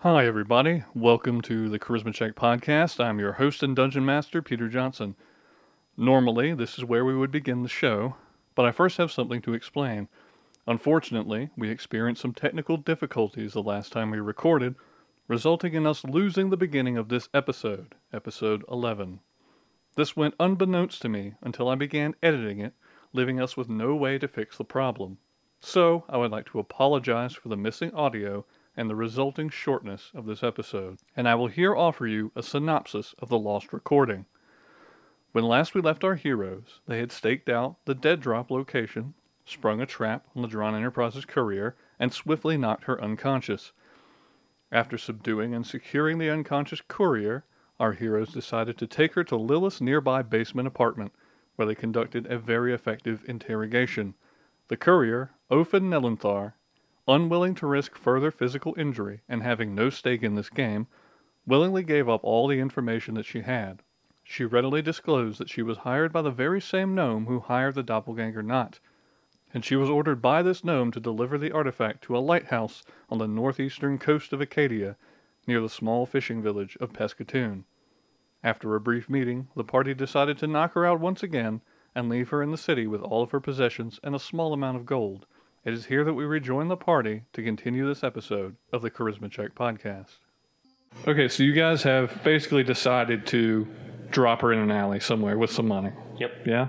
Hi, everybody. Welcome to the Charisma Check podcast. I'm your host and dungeon master, Peter Johnson. Normally, this is where we would begin the show, but I first have something to explain. Unfortunately, we experienced some technical difficulties the last time we recorded, resulting in us losing the beginning of this episode, episode 11. This went unbeknownst to me until I began editing it, leaving us with no way to fix the problem. So, I would like to apologize for the missing audio and the resulting shortness of this episode, and I will here offer you a synopsis of the lost recording. When last we left our heroes, they had staked out the dead drop location, sprung a trap on the Drawn Enterprises courier, and swiftly knocked her unconscious. After subduing and securing the unconscious courier, our heroes decided to take her to Lilith's nearby basement apartment, where they conducted a very effective interrogation. The courier, Ophin Nelenthar, unwilling to risk further physical injury and having no stake in this game, willingly gave up all the information that she had. She readily disclosed that she was hired by the very same gnome who hired the doppelganger Knot, and she was ordered by this gnome to deliver the artifact to a lighthouse on the northeastern coast of Acadia, near the small fishing village of Pescatoon. After a brief meeting, the party decided to knock her out once again and leave her in the city with all of her possessions and a small amount of gold. It is here that we rejoin the party to continue this episode of the Charisma Check podcast. Okay, so you guys have basically decided to drop her in an alley somewhere with some money. Yep. Yeah?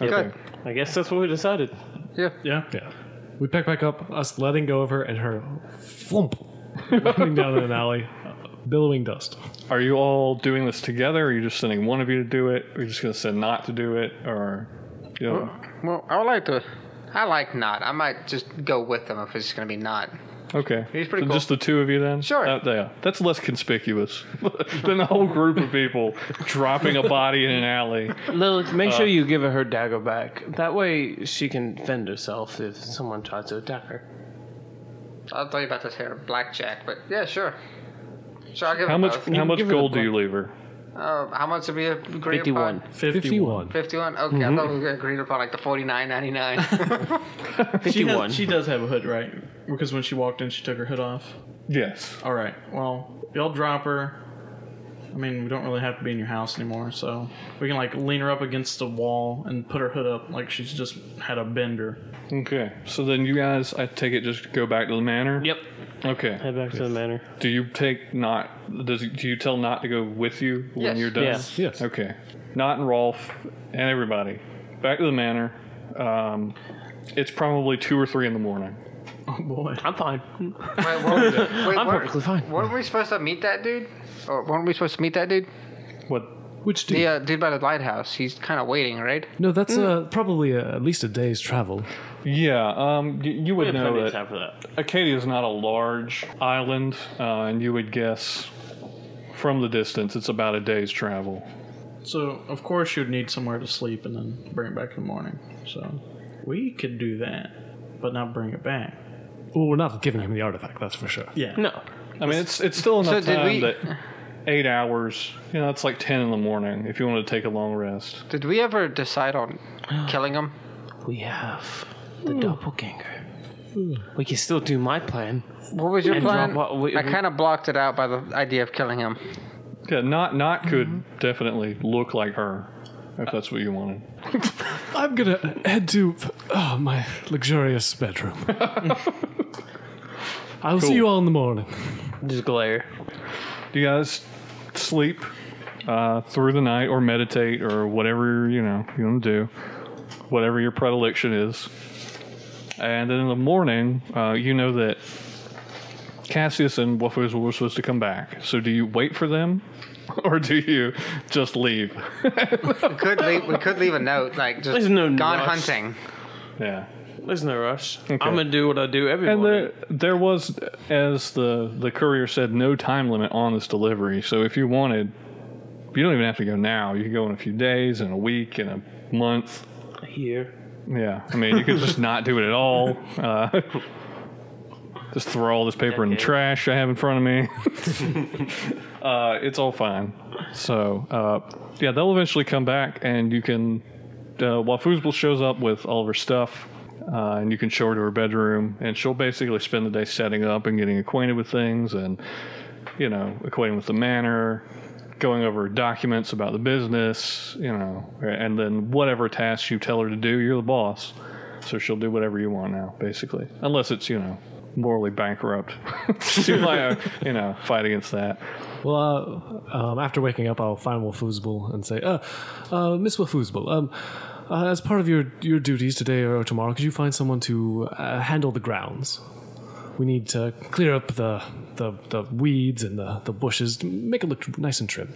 Okay. I guess that's what we decided. Yeah. Yeah. We pick back up, us letting go of her and her flump running down an alley, billowing dust. Are you all doing this together? Are you just sending one of you to do it? Are you just going to send not to do it? Or, you know, Well, I would like to. I like not. I might just go with them if it's just gonna be not. okay. He's pretty so cool. Just the two of you then? Sure. Uh, yeah, that's less conspicuous than a whole group of people dropping a body in an alley. Lilith, make sure you give her her dagger back. That way she can fend herself if someone tries to attack her. I thought you about this here blackjack, but yeah, sure. Sure, I'll give How them much, both. how much give her the gold do you leave her? Uh, how much did we agree 51. upon? 51. 51? Okay, Mm-hmm. I thought we were agreed upon like the 49.99. She, 51. has, she does have a hood, right? Because when she walked in, she took her hood off. Yes. All right. Well, y'all drop her. I mean, we don't really have to be in your house anymore, so we can like lean her up against the wall and put her hood up like she's just had a bender. Okay, so then you guys, I take it, just go back to the manor. Yep. Okay. Head back to the manor. Do you take not? Does do you tell not to go with you when Yes. you're done? Yes. Yes. Okay. Not and Rolf and everybody back to the manor. Um, it's probably two or three in the morning. Oh boy. I'm fine. wait, weren't, wait, I'm weren't- perfectly fine. Weren't we supposed to meet that dude? Or weren't we supposed to meet that dude? What? Which dude? The uh, dude by the lighthouse. He's kind of waiting, right? No, Mm. that's uh, probably uh at least a day's travel. Yeah. Um, y- you would know that for that. Acadia is not a large island, uh, and you would guess from the distance it's about a day's travel. So of course you'd need somewhere to sleep and then bring it back in the morning. So we could do that, but not bring it back. Well, we're not giving him the artifact, that's for sure. Yeah. No. I mean, it's it's still enough did time we- that eight hours. You know, it's like ten in the morning if you want to take a long rest. Did we ever decide on killing him? We have the doppelganger. We can still do my plan. What was your And plan? drop what we- I kind of blocked it out by the idea of killing him. Yeah, not not could Mm-hmm. definitely look like her if that's what you wanted. I'm gonna head to oh, my luxurious bedroom. I'll see you all in the morning. Just glare. Do you guys sleep uh, through the night or meditate or whatever you know you want to do, whatever your predilection is, and then in the morning uh, you know that. Cassius and Waffles were supposed to come back. So, do you wait for them, or do you just leave? We could leave. We could leave a note, like just There's no gone rush. hunting. Yeah. There's no rush. I'm going to do what I do every And morning. there, there was, as the the courier said, no time limit on this delivery. So if you wanted, you don't even have to go now. You can go in a few days, in a week, in a month. Here. Yeah, I mean, you could just not do it at all. Uh, just throw all this paper in the trash I have in front of me. uh, it's all fine. So uh, yeah, they'll eventually come back, and you can. Uh, while Foosball shows up with all of her stuff, uh, and you can show her to her bedroom, and she'll basically spend the day setting up and getting acquainted with things, and you know, equating with the manor, going over documents about the business, you know, and then whatever tasks you tell her to do, you're the boss. So she'll do whatever you want now, basically. Unless it's, you know, morally bankrupt. She's like, uh, you know, fight against that. Well, uh, um, after waking up, I'll find Wafoozable and say, uh, uh, Miss Wafoozable, um, uh, as part of your, your duties today or tomorrow, could you find someone to uh, handle the grounds? We need to clear up the, the, the weeds and the, the bushes, to make it look nice and trim.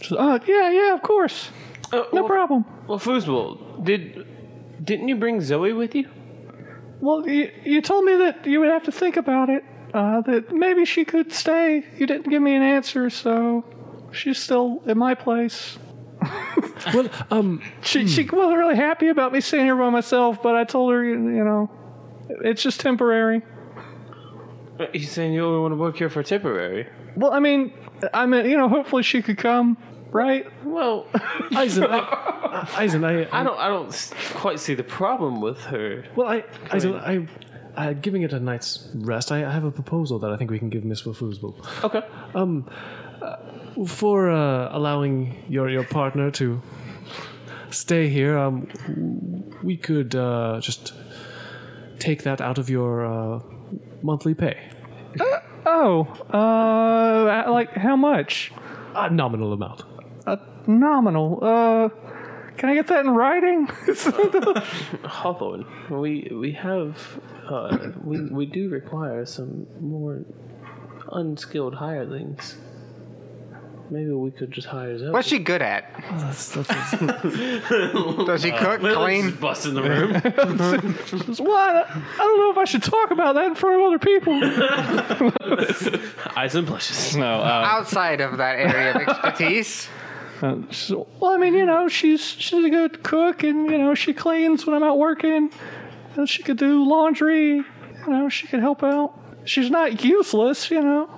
She's, oh, yeah, yeah, of course. Uh, No well, problem. Well, Foosball, did didn't you bring Zoe with you? Well, you, you told me that you would have to think about it. Uh, that maybe she could stay. You didn't give me an answer, so she's still at my place. Well, um, She she wasn't really happy about me staying here by myself, but I told her, you, you know, it's just temporary. Uh, He's saying you only want to work here for temporary. Well, I mean, I mean, you know, hopefully she could come, right? Well, Eisen, I, Eisen, I, I don't, I don't s- quite see the problem with her. Well, I, I, don't- I, I, giving it a night's rest, I, I have a proposal that I think we can give Miss Wafoozble. Okay. For uh, allowing your, your partner to stay here, um, we could uh, just take that out of your uh, monthly pay. Oh, uh, like how much? A nominal amount. A Uh, nominal. Uh, can I get that in writing? Hold on. We we have uh, we we do require some more unskilled hirelings. Maybe we could just hire Zoe. What's she good at? Does Uh, she cook, clean? bust in the room. well, I, I don't know if I should talk about that in front of other people. Eyes and blushes. No. Uh, Outside of that area of expertise, uh, she's- well, I mean, you know, she's she's a good cook, and you know, she cleans when I'm out working. And she could do laundry. You know, she could help out. She's not useless, you know.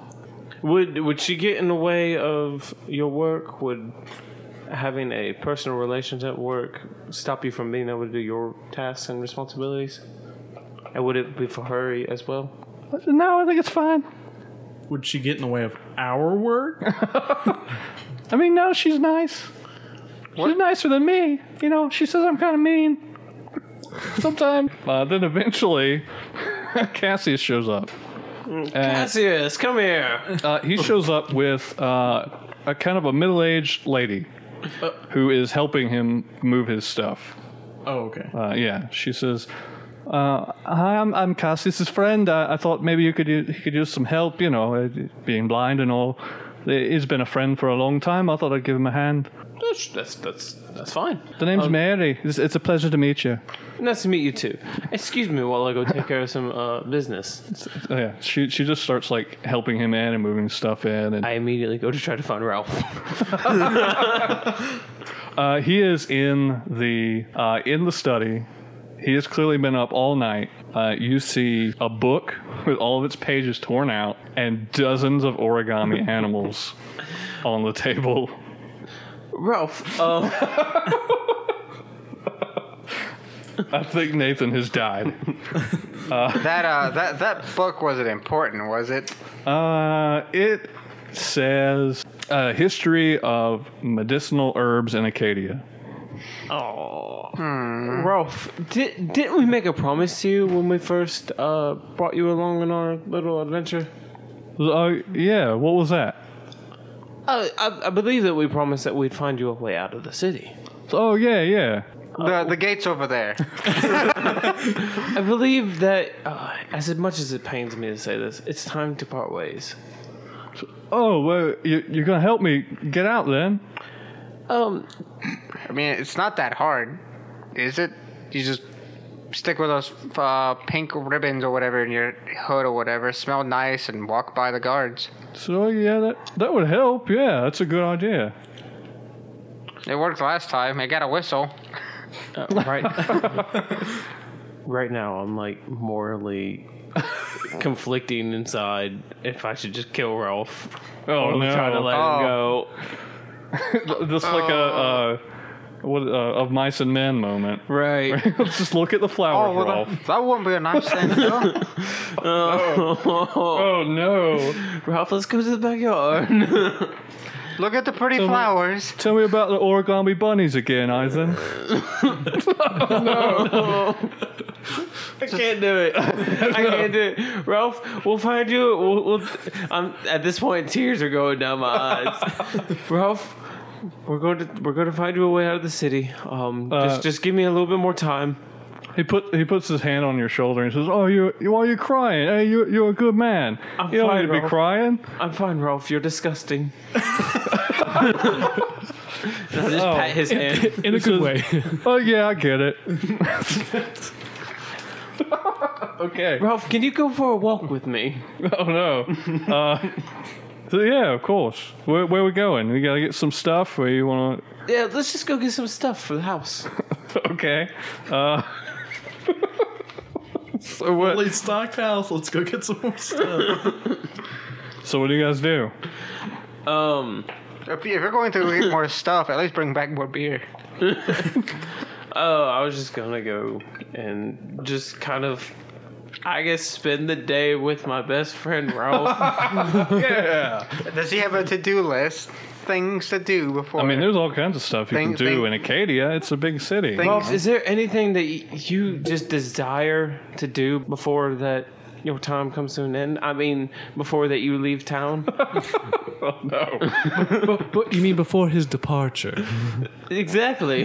Would would she get in the way of your work? Would having a personal relationship at work stop you from being able to do your tasks and responsibilities? And would it be for her as well? But no, I think it's fine. Would she get in the way of our work? I mean, no, she's nice. She's nicer than me. You know, she says I'm kind of mean sometimes. uh, then eventually, Cassius shows up. Cassius, come here. Uh, he shows up with uh, a kind of a middle-aged lady who is helping him move his stuff. Oh, okay. Uh, yeah, she says, uh, "Hi, I'm, I'm Cassius's friend. I, I thought maybe you could u- he could use some help. You know, uh, being blind and all. He's been a friend for a long time. I thought I'd give him a hand. That's that's that's, that's fine. The name's Mary. It's, it's a pleasure to meet you." Nice to meet you too. Excuse me while I go take care of some uh, business. Oh, yeah, she she just starts like helping him in and moving stuff in, and I immediately go to try to find Ralph. uh, he is in the uh, in the study. He has clearly been up all night. Uh, you see a book with all of its pages torn out and dozens of origami animals on the table. Ralph, uh, I think Nathan has died. that uh, that that book wasn't important, was it? Uh, it says uh, history of medicinal herbs in Acadia. Oh. Hmm. Ralph, did didn't we make a promise to you when we first uh, brought you along on our little adventure? Uh, yeah, what was that? Uh, I, I believe that we promised that we'd find you a way out of the city. Oh yeah, yeah. The the gate's over there. I believe that, uh, as much as it pains me to say this, it's time to part ways. Oh, well, you, you're going to help me get out then? Um, I mean, it's not that hard, is it? You just stick with those uh, pink ribbons or whatever in your hood or whatever, smell nice, and walk by the guards. So, yeah, that, that would help. Yeah, that's a good idea. It worked last time. It got a whistle. uh, right, right now, I'm like morally conflicting inside if I should just kill Ralph Oh, or try to let him Oh. go. Just like a, uh, what uh, of mice and men moment. Right. Let's just look at the flowers, Oh, well, Rolf. that, that wouldn't be a nice thing. though. Oh no! Ralph, let's go to the backyard. Look at the pretty flowers. Tell me about the origami bunnies again, Ethan. I can't do it. I can't do it. Ralph, we'll find you. We'll, we'll, I'm, at this point, tears are going down my eyes. Ralph, we're going to we're going to find you a way out of the city. Um, Uh, just just give me a little bit more time. He put he puts his hand on your shoulder and says, "Oh, you you why are you crying? Hey, you you're a good man. I'm you don't fine, need to be Ralph. crying." I'm fine, Ralph. You're disgusting. And I just pat his hand. in a good way. Oh yeah, I get it. okay. Ralph, can you go for a walk with me? Oh no. Uh, so yeah, of course. Where where we going? We gotta get some stuff. Where you wanna? Yeah, let's just go get some stuff for the house. Okay. Uh, so what? Holy stock house. Let's go get some more stuff. So what do you guys do? Um, If you- if you're going to get more stuff, at least bring back more beer. Oh, I was just gonna go and just kind of, I guess, spend the day with my best friend Ralph. Does he have a to-do list? Things to do before. I mean, there's all kinds of stuff you Think- can do think- in Acadia. It's a big city. Think- Ralph, is there anything that y- you just desire to do before that your time comes to an end? I mean, before that you leave town. no. but, but you mean before his departure? exactly.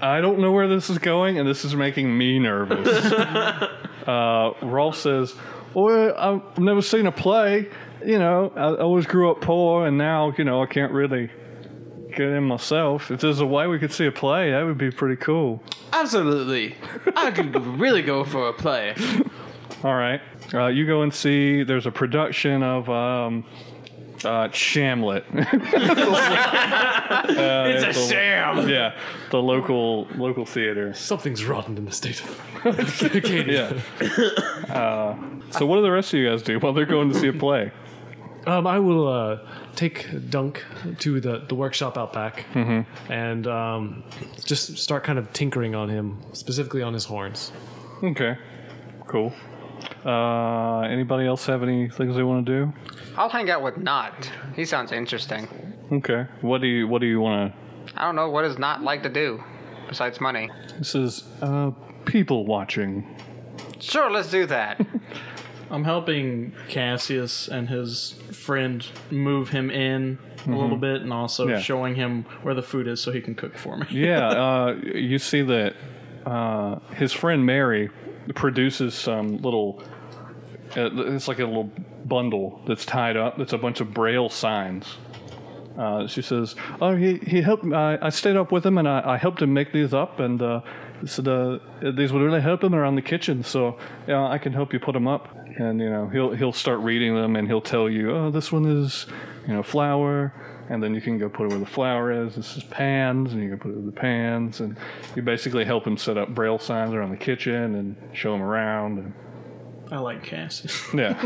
I don't know where this is going, and this is making me nervous. uh, Rolf says, "Well, I've never seen a play. You know, I always grew up poor, and now you know I can't really get in myself. If there's a way we could see a play, that would be pretty cool. Absolutely. I could really go for a play. All right, uh, you go and see. There's a production of." Um, uh, Shamlet. It's a sham. yeah, the local local theater. Something's rotten in the state of Acadia. Yeah. Uh, so, what do the rest of you guys do while they're going to see a play? Um, I will uh, take Dunk to the, the workshop out back and um, just start kind of tinkering on him, specifically on his horns. Okay. Cool. Uh, anybody else have any things they want to I'll hang out with Not. He sounds interesting. do? Okay. What do you What do you want to? I don't know what is Not like to do besides money. This is uh, people watching. Sure, let's do that. I'm helping Cassius and his friend move him in a little bit, and also Mm-hmm. Yeah. showing him where the food is so he can cook for me. Yeah. Uh, you see that uh, his friend Mary produces some little. Uh, it's like a little bundle that's tied up. That's a bunch of braille signs. Uh, she says, "Oh, he he helped. I, I stayed up with him, and I, I helped him make these up, and uh, said uh, these would really help him around the kitchen. So, yeah, I can help you put them up. And you know, he'll he'll start reading them, and he'll tell you, oh, this one is, you know, flour, and then you can go put it where the flour is. This is pans, and you can put it with the pans, and you basically help him set up braille signs around the kitchen and show him around. And, I like Cassius. yeah.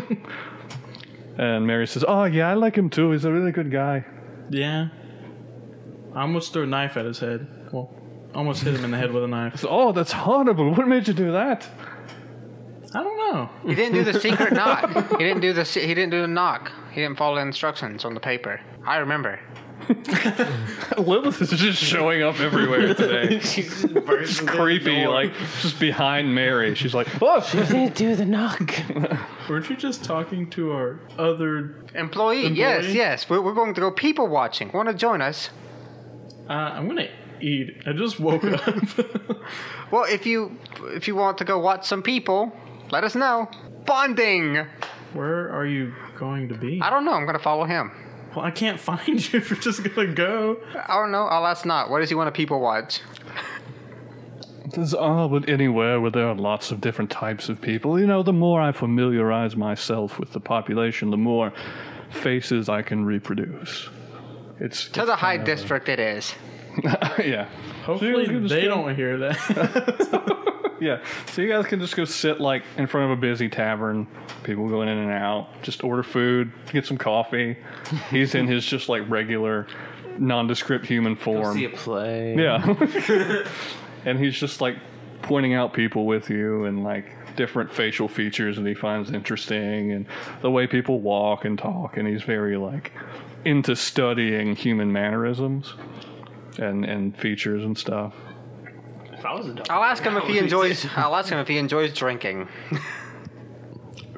and Mary says, oh yeah, I like him too. He's a really good guy. Yeah. I almost threw a knife at his head. Well, almost hit him in the head with a knife. So, oh, that's horrible. What made you do that? I don't know. he didn't do the secret knock. He didn't do the. se- He didn't do the knock. He didn't follow the instructions on the paper. I remember. Lilith is just showing up everywhere today. She's just It's bursting through the creepy, door. like just behind Mary. She's like, oh, Didn't do the knock. Weren't you just talking to our other? Employee, yes, Employee? yes. We're, we're going to go people watching. Want to join us? Uh, I'm gonna eat. I just woke up. Well, if you if you want to go watch some people, let us know. Bonding. Where are you going to be? I don't know. I'm gonna follow him. Well, I can't find you if you're just gonna go. I don't know. I'll ask not. What does he want to people watch? there's oh, but anywhere where there are lots of different types of people. You know, the more I familiarize myself with the population, the more faces I can reproduce. It's To the High District, it is. yeah, Hopefully you can just they go- don't hear that. yeah. So you guys can just go sit like in front of a busy tavern. People going in and out. Just order food, get some coffee. He's in his just like regular nondescript human form. See a play. Yeah. and he's just like pointing out people with you and like different facial features that he finds interesting and the way people walk and talk and he's very like into studying human mannerisms and and features and stuff. If I was a dog, I'll ask him if he enjoys. I'll ask him if he enjoys drinking.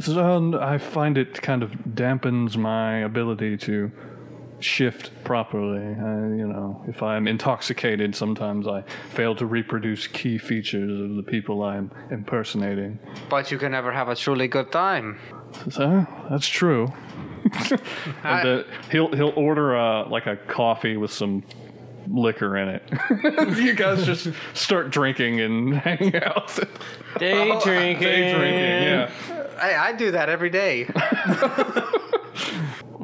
So um, I find it kind of dampens my ability to shift properly. I, you know, if I'm intoxicated, sometimes I fail to reproduce key features of the people I'm impersonating. But you can never have a truly good time. So that's true. and uh, he'll he'll order uh, like a coffee with some liquor in it. you guys just start drinking and hanging out. day drinking. Day drinking, yeah. Hey, I do that every day.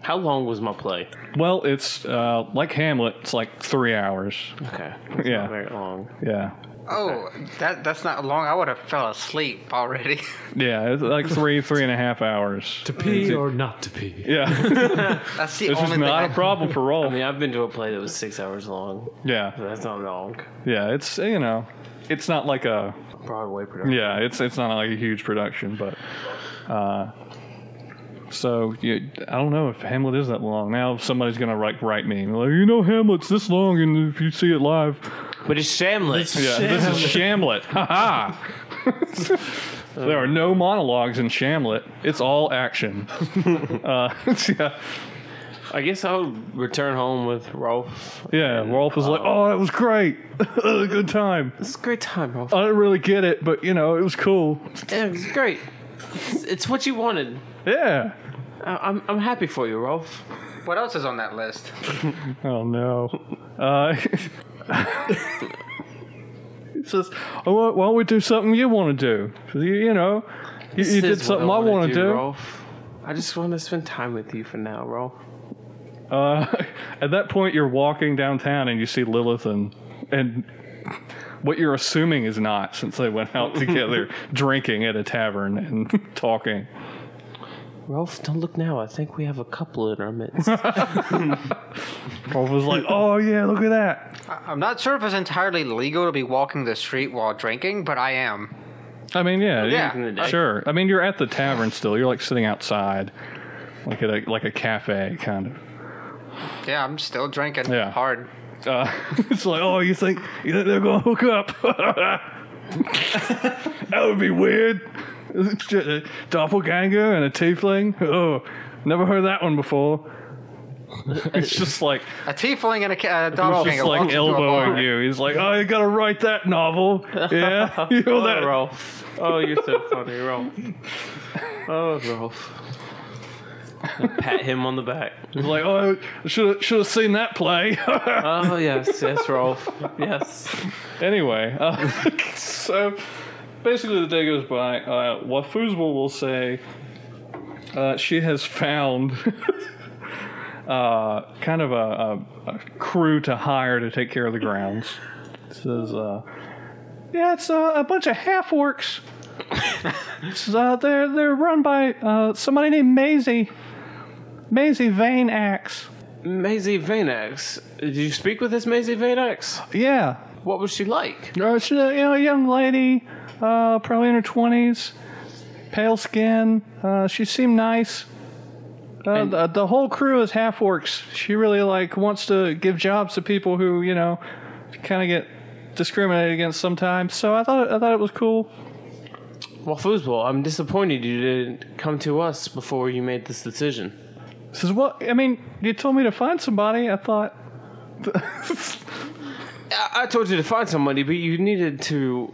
How long was my play? Well, it's uh, like Hamlet. It's like three hours. Okay. Yeah. Not very long. Yeah, Oh, that that's not long. I would have fell asleep already. yeah. It's like three three and a half hours. To pee or not to pee? yeah, That's the it's only just thing. not I- a problem for I Rolf. mean, I've been to a play that was six hours long. Yeah, But that's not long. yeah. It's you know, it's not like a Broadway production. Yeah, it's it's not like a huge production, but uh, so you, I don't know if Hamlet is that long. Now somebody's gonna like write me like you know Hamlet's this long, and if you see it live, But it's Shamlet. yeah, this is Shamlet. Ha ha. there are no monologues in Shamlet. It's all action. uh, yeah, I guess I'll return home with Rolf. yeah. Rolf was like, uh, "Oh, that was great. Good time. This is a great time, Rolf. I didn't really get it, but you know, it was cool. Oh, Yeah, it's great. It's, it's what you wanted. Yeah." I, I'm, I'm happy for you, Rolf. What else is on that list? Oh no. Uh, he says, oh, why why don't we do something you want to do? He says, You, you know, you, you This did is what something I wanna want to do. Rolf. I just want to spend time with you for now, Rolf. Uh, at that point, you're walking downtown and you see Lilith and and what you're assuming is not, since they went out together drinking at a tavern and talking. Rolf, don't look now. I think we have a couple in our midst. Rolf was like, "Oh yeah, look at that." I- I'm not sure if it's entirely legal to be walking the street while drinking, but I am. I mean, yeah, Yeah. Back in the day. Sure. I mean, you're at the tavern still. You're like sitting outside, like at a, like a cafe kind of. Yeah, I'm still drinking Yeah. hard. Uh, it's like, oh, you think you think they're gonna hook up? that would be weird. A doppelganger and a tiefling. Oh, never heard that one before. it's just like A tiefling and a ca- uh, he's dog just like elbowing you. He's like, oh, you gotta write that novel. Yeah, you know that. Oh, Rolf. Oh, you're so funny, Rolf. Oh, Rolf. Pat him on the back. He's like, oh, should should have seen that play. Oh, yes, yes, Rolf. Yes. anyway, uh, so basically the day goes by. Uh, Wafuzma will say uh, she has found uh, kind of a, a, a crew to hire to take care of the grounds. Says, uh, yeah, it's uh, a bunch of half orcs. Says, uh, they're they're run by uh, somebody named Maisie, Maisie Vane Axe. Maisie Vanax. Did you speak with this Maisie Vanax? Yeah, What was she like? Uh, she's a you know, young lady, uh, probably in her 20s, pale skin. Uh, she seemed nice. Uh, the, the whole crew is half orcs. She really like wants to give jobs to people who you know kind of get discriminated against sometimes. So I thought I thought it was cool. Well, Foosball, I'm disappointed you didn't come to us before you made this decision. Says what? I mean, you told me to find somebody. I thought I, I told you to find somebody, but you needed to.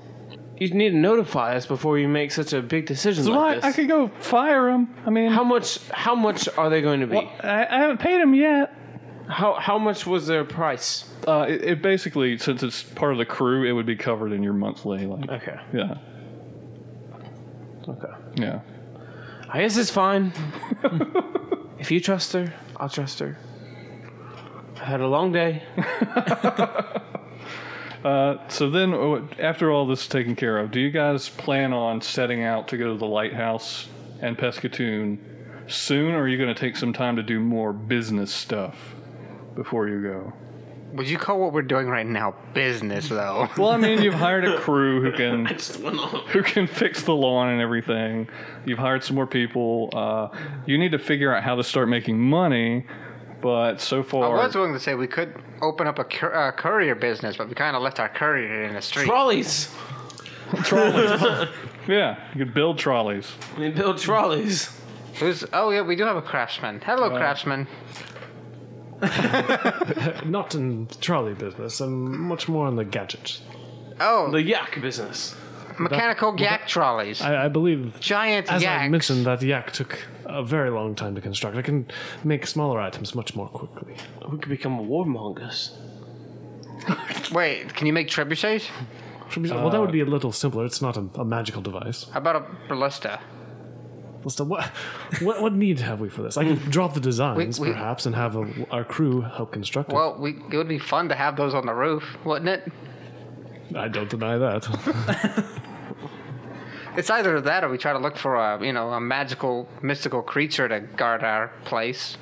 You need to notify us before you make such a big decision so like I, this. I could go fire him. I mean, How much? How much are they going to be? I, I haven't paid him yet. How how much was their price? Uh, it, it basically, since it's part of the crew, it would be covered in your monthly. Like, Okay. yeah, Okay. yeah. I guess it's fine. if you trust her, I'll trust her. I've had a long day. So then, uh, after all this is taken care of, do you guys plan on setting out to go to the lighthouse and Pescatoon soon, or are you going to take some time to do more business stuff before you go? Would you call what we're doing right now business, though? Well, I mean, you've hired a crew who can Just went off. who can fix the lawn and everything. You've hired some more people. Uh, you need to figure out how to start making money. But so I far, was willing to say we could open up a cur- uh, courier business, but we kind of left our courier in the street. Trolleys. yeah, you could build trolleys. They build trolleys. Who's? Oh yeah, we do have a craftsman. Hello, Uh, craftsman. Uh, Not in trolley business. I'm much more on the gadgets. Oh, The yak business. mechanical yak trolleys. I, I believe, Giant as I yak. mentioned, that yak took a very long time to construct. I can make smaller items much more quickly. We could become warmongers. Wait, can you make trebuchets? Should be- well, that would be a little simpler. It's not a, a magical device. How about a ballista? Let's do- what, what what need have we for this? I can drop the designs We- we- perhaps and have a, our crew help construct Well, we, it would be fun to have those on the roof, wouldn't it? it. I don't deny that. It's either that or we try to look for a, you know, a magical, mystical creature to guard our place.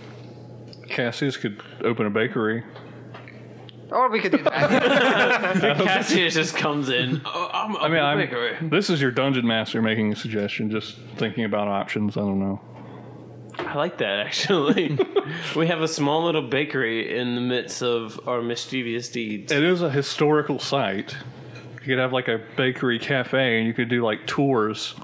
Cassius could open a bakery. Or we could do that. Cassius just comes in. Oh, I'm, I mean, I'm, this is your dungeon master making a suggestion. Just thinking about options. I don't know. I like that actually. we have a small little bakery in the midst of our mischievous deeds. It is a historical site. You could have like a bakery cafe, and you could do like tours.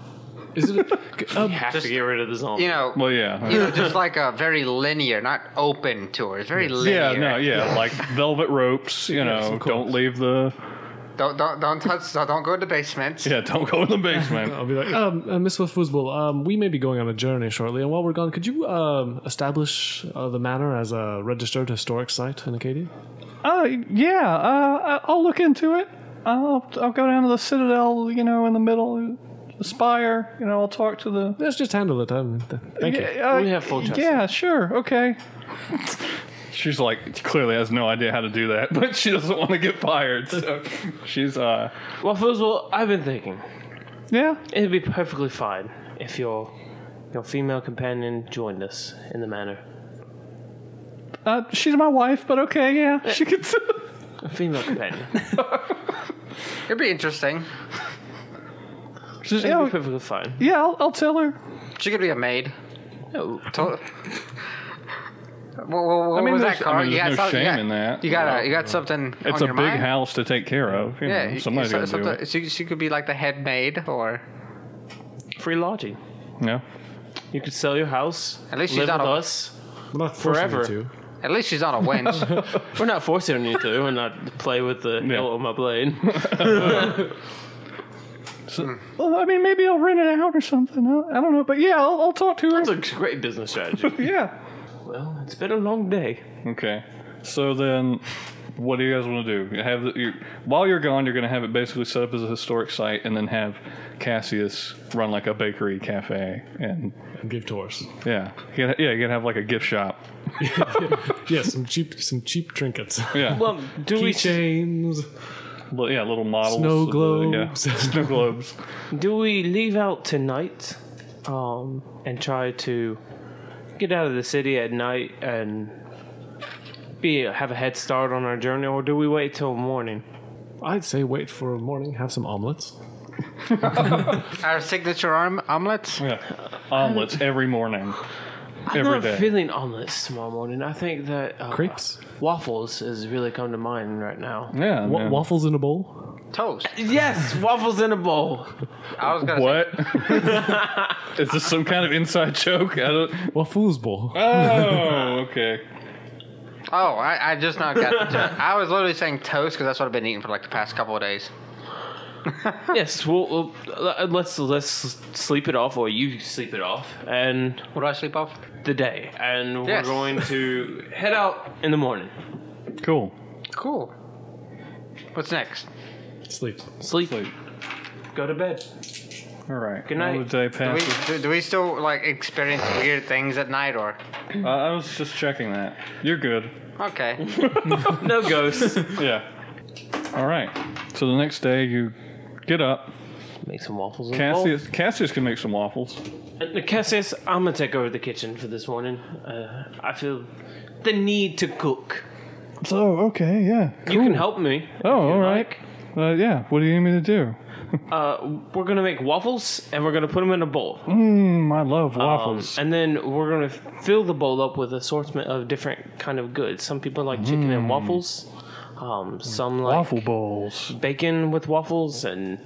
Is it? um, Have to get rid of the zombie. you know, Well, Oh, yeah, you know, just like a very linear, not open tour. It's very linear. yeah, no, yeah, like velvet ropes. You know, of course. don't leave the Don't don't don't touch. Don't go to the basement. yeah, don't go in the basement. I'll be like, um, uh, Miss Lefusbel, um, we may be going on a journey shortly, and while we're gone, could you um, establish uh, the manor as a registered historic site in Acadia? Uh, yeah, uh, I'll look into it. I'll, I'll go down to the Citadel, you know, in the middle, the Spire, you know, I'll talk to the. Let's just handle it. Um, th- thank you. Uh, We have full trust. Yeah, sure, okay. She's like, clearly has no idea how to do that, but she doesn't want to get fired, so she's, uh, Well, first of all, I've been thinking yeah. it'd be perfectly fine if your your female companion joined us in the manor. Uh, she's my wife, but okay, yeah. She could. A female companion. It'd be interesting. she's, It'd yeah, be perfectly fine. yeah I'll, I'll tell her. She could be a maid. Oh, To- Wha- wha- what I mean, was that there's- I car? mean, you got there's no some- you shame got- in that. You got a, you got something It's on a your big mind? house to take care of. You Yeah, know, you- somebody's so- got to do something- it. She, she could be like the head maid, or free lodging. Yeah. You could sell your house. At least she's live not with a- us. We're not forcing you Forever. to. at least she's not a wench. We're not forcing you to. We're not play with the Yeah. hill on my blade. So, well, I mean, maybe I'll rent it out or something. I, I don't know, but yeah, I'll, I'll talk to her. That's a great business strategy. yeah. well, it's been a long day. Okay. So then, what do you guys want to do? You Have the, you, while you're gone, you're going to have it basically set up as a historic site, and then have Cassius run like a bakery cafe, and And give tours. yeah, you can, yeah, you can have like a gift shop. Yeah, some cheap, some cheap trinkets, Yeah. Well, do we keychains, Li- yeah, little models. snow of the- yeah. globes. Snow globes. do we leave out tonight, um, and try to get out of the city at night and be have a head start on our journey, or do we wait till morning? I'd say wait for morning, have some omelets. Our signature arm omelets. Yeah. Omelets every morning. Every I'm not day. feeling omelets tomorrow morning. I think that uh, Crepes? waffles, has really come to mind right now. yeah. Wa- man. waffles in a bowl. Toast. Yes, waffles in a bowl. I was gonna What? Is this some kind of inside joke? I don't. Waffles bowl. Oh, okay. say. Oh, I, I just not got. The joke. I was literally saying toast because that's what I've been eating for like the past couple of days. yes, well, well, let's let's sleep it off, or you sleep it off, and What do I sleep off? the day, and Yes. we're going to head out in the morning. Cool. Cool. What's next? Sleep. Sleep. Sleep. Go to bed. All right. Good night. Another day Do we, passes. do, do we still like experience weird things at night, or Uh, I was just checking that. You're good. okay? No ghosts. Yeah. All right. So the next day you get up. Make some waffles. in a bowl. Cassius, Cassius can make some waffles. Uh, Cassius, I'm gonna take over the kitchen for this morning. Uh, I feel the need to cook. So okay, yeah. You can cool. help me. Oh, all right. like. Uh, yeah. What do you need me to do? Uh, we're gonna make waffles and we're gonna put them in a bowl. Mmm, I love Um, waffles. and then we're gonna fill the bowl up with assortment of different kind of goods. Some people like chicken and waffles. Um, some like Mm. Waffle bowls. bacon with waffels and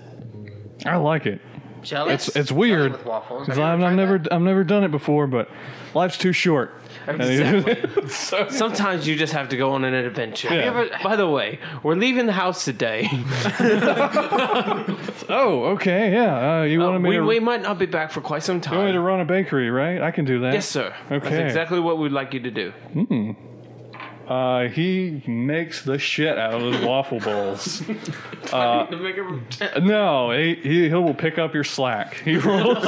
I like it. Jelly. It's it's weird. With waffles. Cause Have you I've, ever I've tried never I've never done it before, but life's too short. Exactly. Sometimes you just have to go on an adventure. Yeah. By the way, we're leaving the house today. Oh, okay, yeah. Uh, you wanted me we, to we you might not be back for quite some wanted me to time. run a bakery, right? I can do that. Yes, sir. Okay. That's exactly what we'd like you to do. Uh, he makes the shit out of those waffle bowls. No, he, he he will pick up your slack. He rolls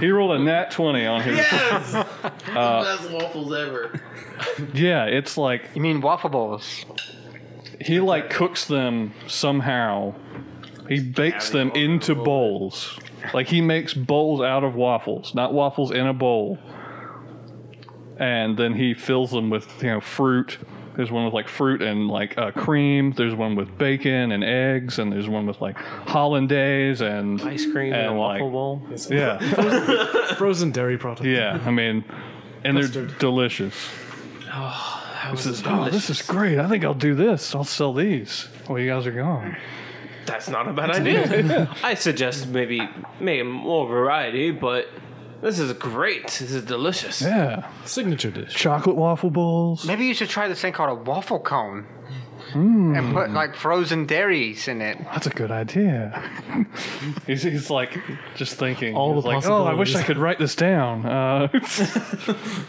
he rolled a nat twenty on his. Yes! best waffles ever. Yeah, it's like You mean waffle bowls? he like cooks them somehow. He bakes them into bowls. Like he makes bowls out of waffles, not waffles in a bowl. And then he fills them with you know fruit. There's one with like fruit and like uh, cream. There's one with bacon and eggs, and there's one with like hollandaise and Ice cream and, a And, waffle like- bowl. yeah, Frozen dairy product. yeah. I mean, and they're Custard. delicious. That was This is, oh, this is great. I think I'll do this. I'll sell these. Well, you guys are gone. That's not a bad idea. I suggest maybe maybe more variety, but this is great. This is delicious. Yeah, Signature dish. chocolate waffle bowls. Maybe you should try this thing called a waffle cone. Hmm. And put like frozen dairies in it. That's a good idea. he's, he's like just thinking. All He's the like, oh, I wish I possibilities." could write this down. Uh,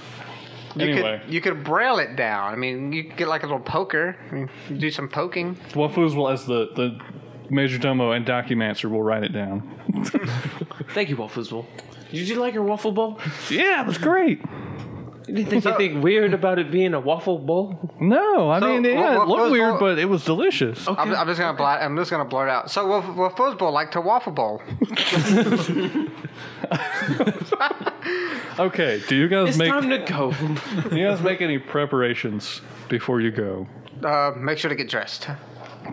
You anyway, could you could braille it down. I mean, you could get like a little poker. I mean, you do some poking. Waffles will as the the major domo and documancer will write it down. Thank you, Waffles Bowl. Did you like your waffle bowl? Yeah, that's great. You didn't think anything weird about it being a waffle bowl? No, I So, mean, yeah, wa- it looked waffles weird, will- but it was delicious. I'm, I'm just gonna blot, I'm just gonna blurt out. So, what what football like to waffle bowl? Okay, do you guys It's make time to go. do you guys make any preparations before you go? Uh, make sure to get dressed.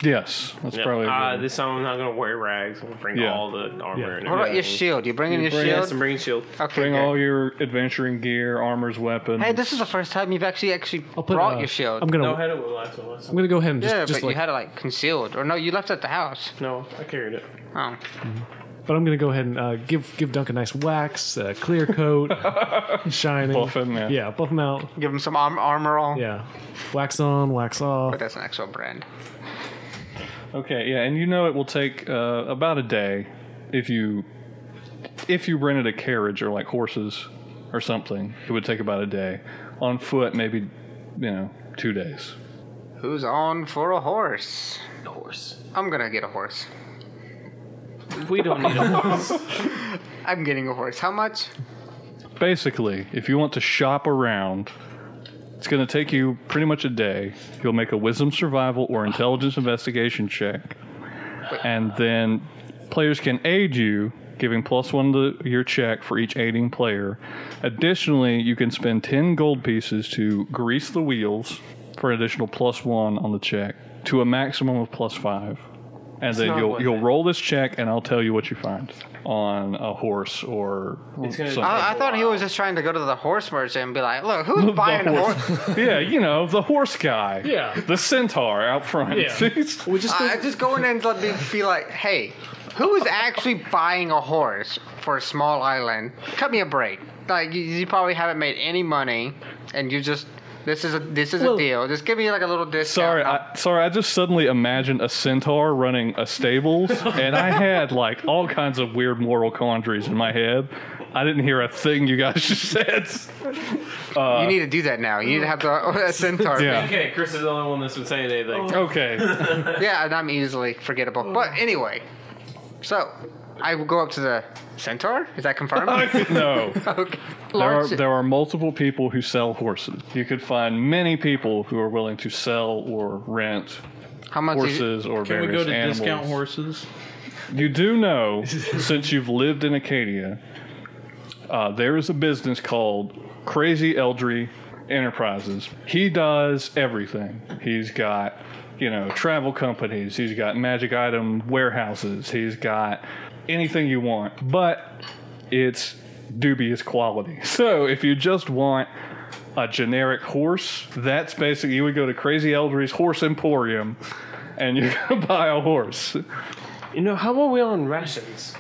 Yes, that's probably. a good Uh, one. this time I'm not gonna wear rags. I'm gonna bring Yeah. all the armor and What about your everything. shield? You bringing your bring- shield? Yes, I'm bringing shield. okay. Bring good. all your adventuring gear, armors, weapons. hey, this is the first time you've actually actually I'll put, brought uh, your shield. I'm gonna. No, I had it with last one. last I'm one. gonna go ahead and just, yeah, just but like. you had it like concealed, or no? You left it at the house. No, I carried it. Oh, but I'm gonna go ahead and uh, give give Dunk a nice wax, uh, clear coat, shining. Buff him, yeah. Yeah, buff him out. give him some arm- armor on. Yeah, wax on, wax off. But that's an actual brand. Okay, yeah, and you know it will take uh, about a day if you if you rented a carriage or like horses or something. It would take about a day on foot, maybe you know two days. Who's on for a horse? The horse. I'm gonna get a horse. We don't need a horse. I'm getting a horse. How much? Basically, if you want to shop around, it's going to take you pretty much a day. You'll make a wisdom survival or intelligence investigation check, and then players can aid you, giving plus one to your check for each aiding player. Additionally, you can spend 10 gold pieces to grease the wheels for an additional plus one on the check to a maximum of plus five. And then not you'll worth you'll it. roll this check, and I'll tell you what you find on a horse or gonna- something. I, I thought he was just trying to go to the horse merchant and be like, "Look, who's buying a horse? Yeah, you know, the horse guy. Yeah. The centaur out front. Yeah. We just I I just go in and let me be like, hey, who is actually buying a horse for a small island? Cut me a break. Like you, you probably haven't made any money, and you just this is a this is Well- a deal. Just give me like a little discount. sorry, I, sorry, I just suddenly imagined a centaur running a stables, and I had like all kinds of weird moral quandaries in my head. I didn't hear a thing you guys just said. uh, you need to do that now. You need to have the a centaur. Yeah. Okay, Chris is the only one that's been saying anything. Okay. Yeah, and I'm easily forgettable. But anyway, so I will go up to the centaur. Is that confirmed? No. okay. There are, Lawrence- there are multiple people who sell horses. You could find many people who are willing to sell or rent how much? Is, horses or Can we various go to animals. discount horses? You do know, since you've lived in Acadia, uh, there is a business called Crazy Eldry enterprises. He does everything. He's got, you know, travel companies, he's got magic item warehouses, he's got anything you want, but it's dubious quality. So if you just want a generic horse, that's basically you would go to Crazy Eldry's Horse Emporium and you're gonna buy a horse. Oh. You know, how are we on rations?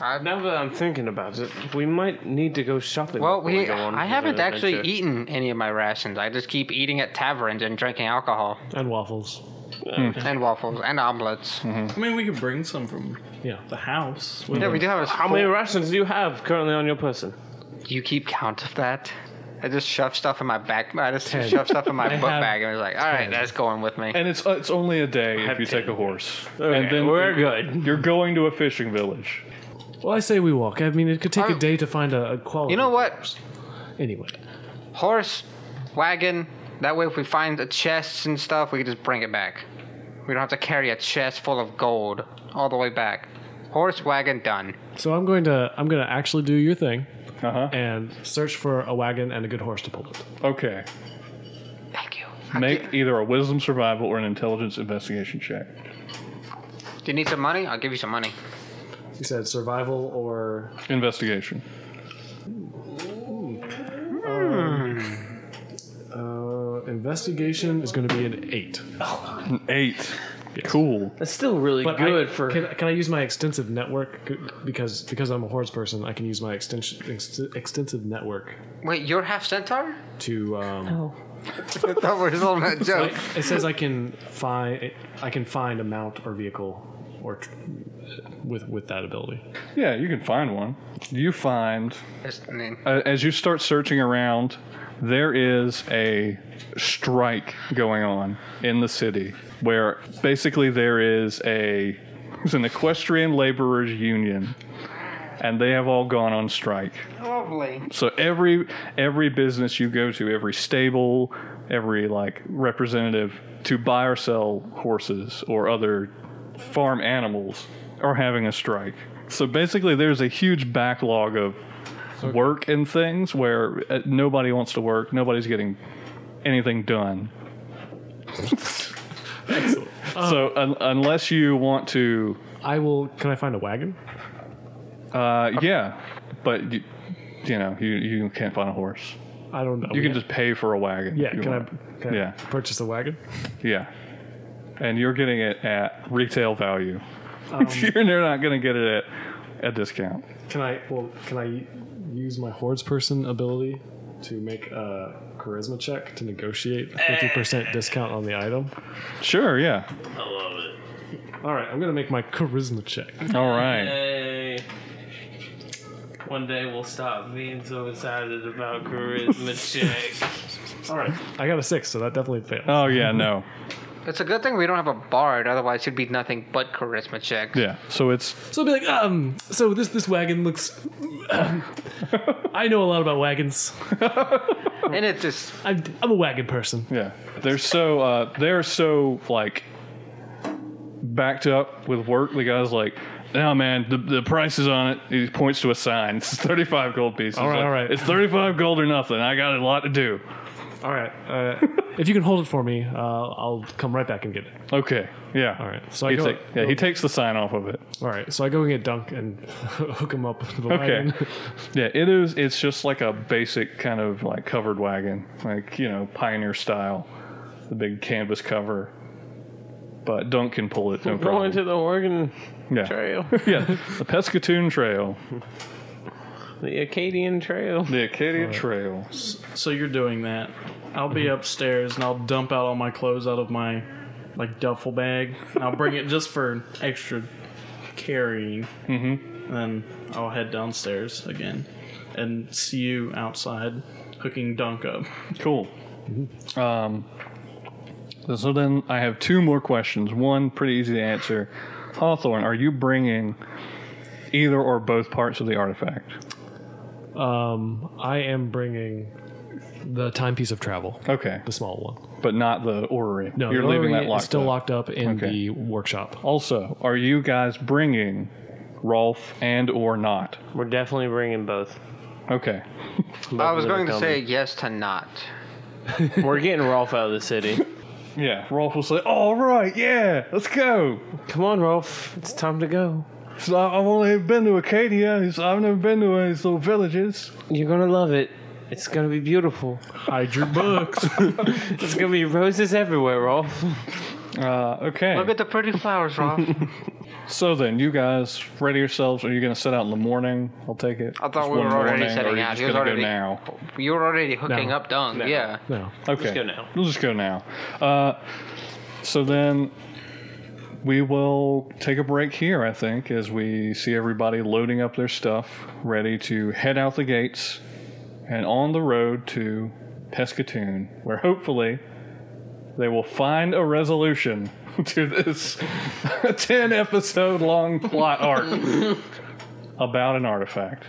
I- Now that I'm thinking about it, we might need to go shopping. Well, before we we, go on I another haven't actually adventure. eaten any of my rations. I just keep eating at taverns and drinking alcohol and waffles. and waffles and omelets. I mean, we could bring some from Yeah. the house. Yeah, we do have a. How many rations do you have currently on your person? You keep count of that? I just shove stuff in my back. I just Ten. shove stuff in my I book have bag, and it's like, all right, that's going with me. And it's it's only a day if have you take ten. a horse. Okay, and then we're good. you're going to a fishing village. Well, I say we walk. I mean, it could take a I- day to find a, a quality. You know what? Anyway, Horse, wagon. That way, if we find the chests and stuff, we can just bring it back. We don't have to carry a chest full of gold all the way back. Horse, wagon, done. so I'm going to I'm going to actually do your thing Uh-huh. and search for a wagon and a good horse to pull it. Okay. Thank you. Make either a wisdom survival or an intelligence investigation check. Do you need some money? I'll give you some money. You said survival or Investigation. uh, investigation is going to be an eight. An eight. Cool. That's still really But good I, for. Can, can I use my extensive network C- because because I'm a horse person? I can use my extension ex- extensive network Wait, you're half centaur? to. Um, I thought we were solving that joke. It says I can find I can find a mount or vehicle or tr- with with that ability. Yeah, you can find one. You find Just- I mean, uh, as you start searching around, there is a strike going on in the city where basically there is a it's an equestrian laborers union and they have all gone on strike. Lovely. So every every business you go to, every stable, every like representative to buy or sell horses or other farm animals are having a strike. So basically, there's a huge backlog of work and things where uh, nobody wants to work, nobody's getting anything done. so un- unless you want to, I will. Can I find a wagon? uh, yeah, but you, you know you you can't find a horse. I don't know. You can just pay for a wagon. yeah. if you Can want. I, can I Yeah. purchase a wagon? Yeah. And you're getting it at retail value. Um, you're you're not going to get it at a discount. Can I? Well, can I use my horse person ability to make a charisma check to negotiate fifty percent discount on the item? Sure, yeah. All right, I'm gonna make my charisma check. All right. Hey. One day we'll stop being so excited about charisma check. All right, I got a six, so that definitely failed. Oh, yeah, no. It's a good thing we don't have a bard, otherwise it'd be nothing but charisma checks. Yeah. So it's So I'll be like, um, so this this wagon looks. I know a lot about wagons. And it's just I'm, I'm a wagon person. Yeah, they're so uh, they're so like backed up with work. The guy's like, "No, man, the, the price is on it." He points to a sign. It's thirty five gold pieces. All right, Like, all right. It's thirty five gold or nothing. I got a lot to do. All right, uh, if you can hold it for me, uh, I'll come right back and get it. Okay, yeah. All right, so I He go. take, yeah, he takes the sign off of it. all right, so I go and get Dunk and hook him up to the wagon. Yeah, it is. It's just like a basic kind of like covered wagon, like you know pioneer style, the big canvas cover. But Dunk can pull it. No problem. Going to the Oregon yeah, Trail, yeah, the Pescatoon Trail. the Acadian Trail. The Acadia Trail. So you're doing that. I'll be upstairs and I'll dump out all my clothes out of my like duffel bag. And I'll bring it just for extra carrying. Mm-hmm. And then I'll head downstairs again and see you outside hooking Dunk up. Cool. Mm-hmm. Um, so then I have two more questions. One pretty easy to answer. Hawthorne, are you bringing either or both parts of the artifact? Um, I am bringing the timepiece of travel, Okay, the small one. but not the orrery. No, you're the leaving orrery that is locked. still up. locked up in Okay. the workshop. Also, are you guys bringing Rolf and or not? We're definitely bringing both. Okay. I was going to Both of say them. yes to not. We're getting Rolf out of the city. Yeah, Rolf will say, "All right, yeah, let's go." Come on, Rolf. It's time to go. So I- I've only been to Acadia. so I've never been to these little villages. You're gonna love it. It's gonna be beautiful. Hide your books. There's gonna be roses everywhere, Rolf. Uh, okay. Look at the pretty flowers, Rolf. So then, you guys ready yourselves? Are you going to set out in the morning? I'll take it. I thought Just we one were already morning, setting or are you out. just He was gonna already- go now. You're already hooking No. up dung. Yeah. No. Okay. go now. We'll just go now. Uh, so then we will take a break here, I think, as we see everybody loading up their stuff, ready to head out the gates and on the road to Pescatoon, where hopefully they will find a resolution to this 10 episode long plot arc about an artifact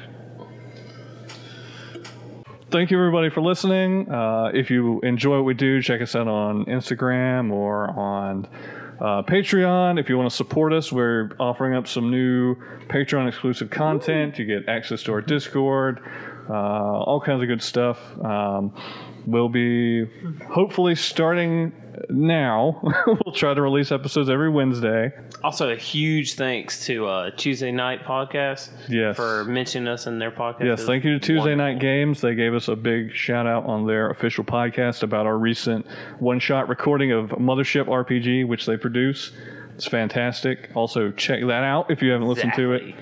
thank you everybody for listening. Uh, if you enjoy what we do, check us out on Instagram or on uh, Patreon. If you want to support us, we're offering up some new Patreon exclusive content. You get access to our Discord, uh, all kinds of good stuff. Um, we'll be hopefully starting now. we'll try to release episodes every Wednesday. Also, a huge thanks to uh, Tuesday Night Podcast Yes. for mentioning us in their podcast. Yes, thank you to Tuesday Wonderful. Night Games. They gave us a big shout out on their official podcast about our recent one shot recording of Mothership RPG, which they produce. It's fantastic. Also, check that out if you haven't listened to it.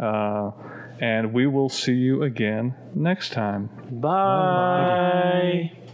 Uh, and we will see you again next time. Bye.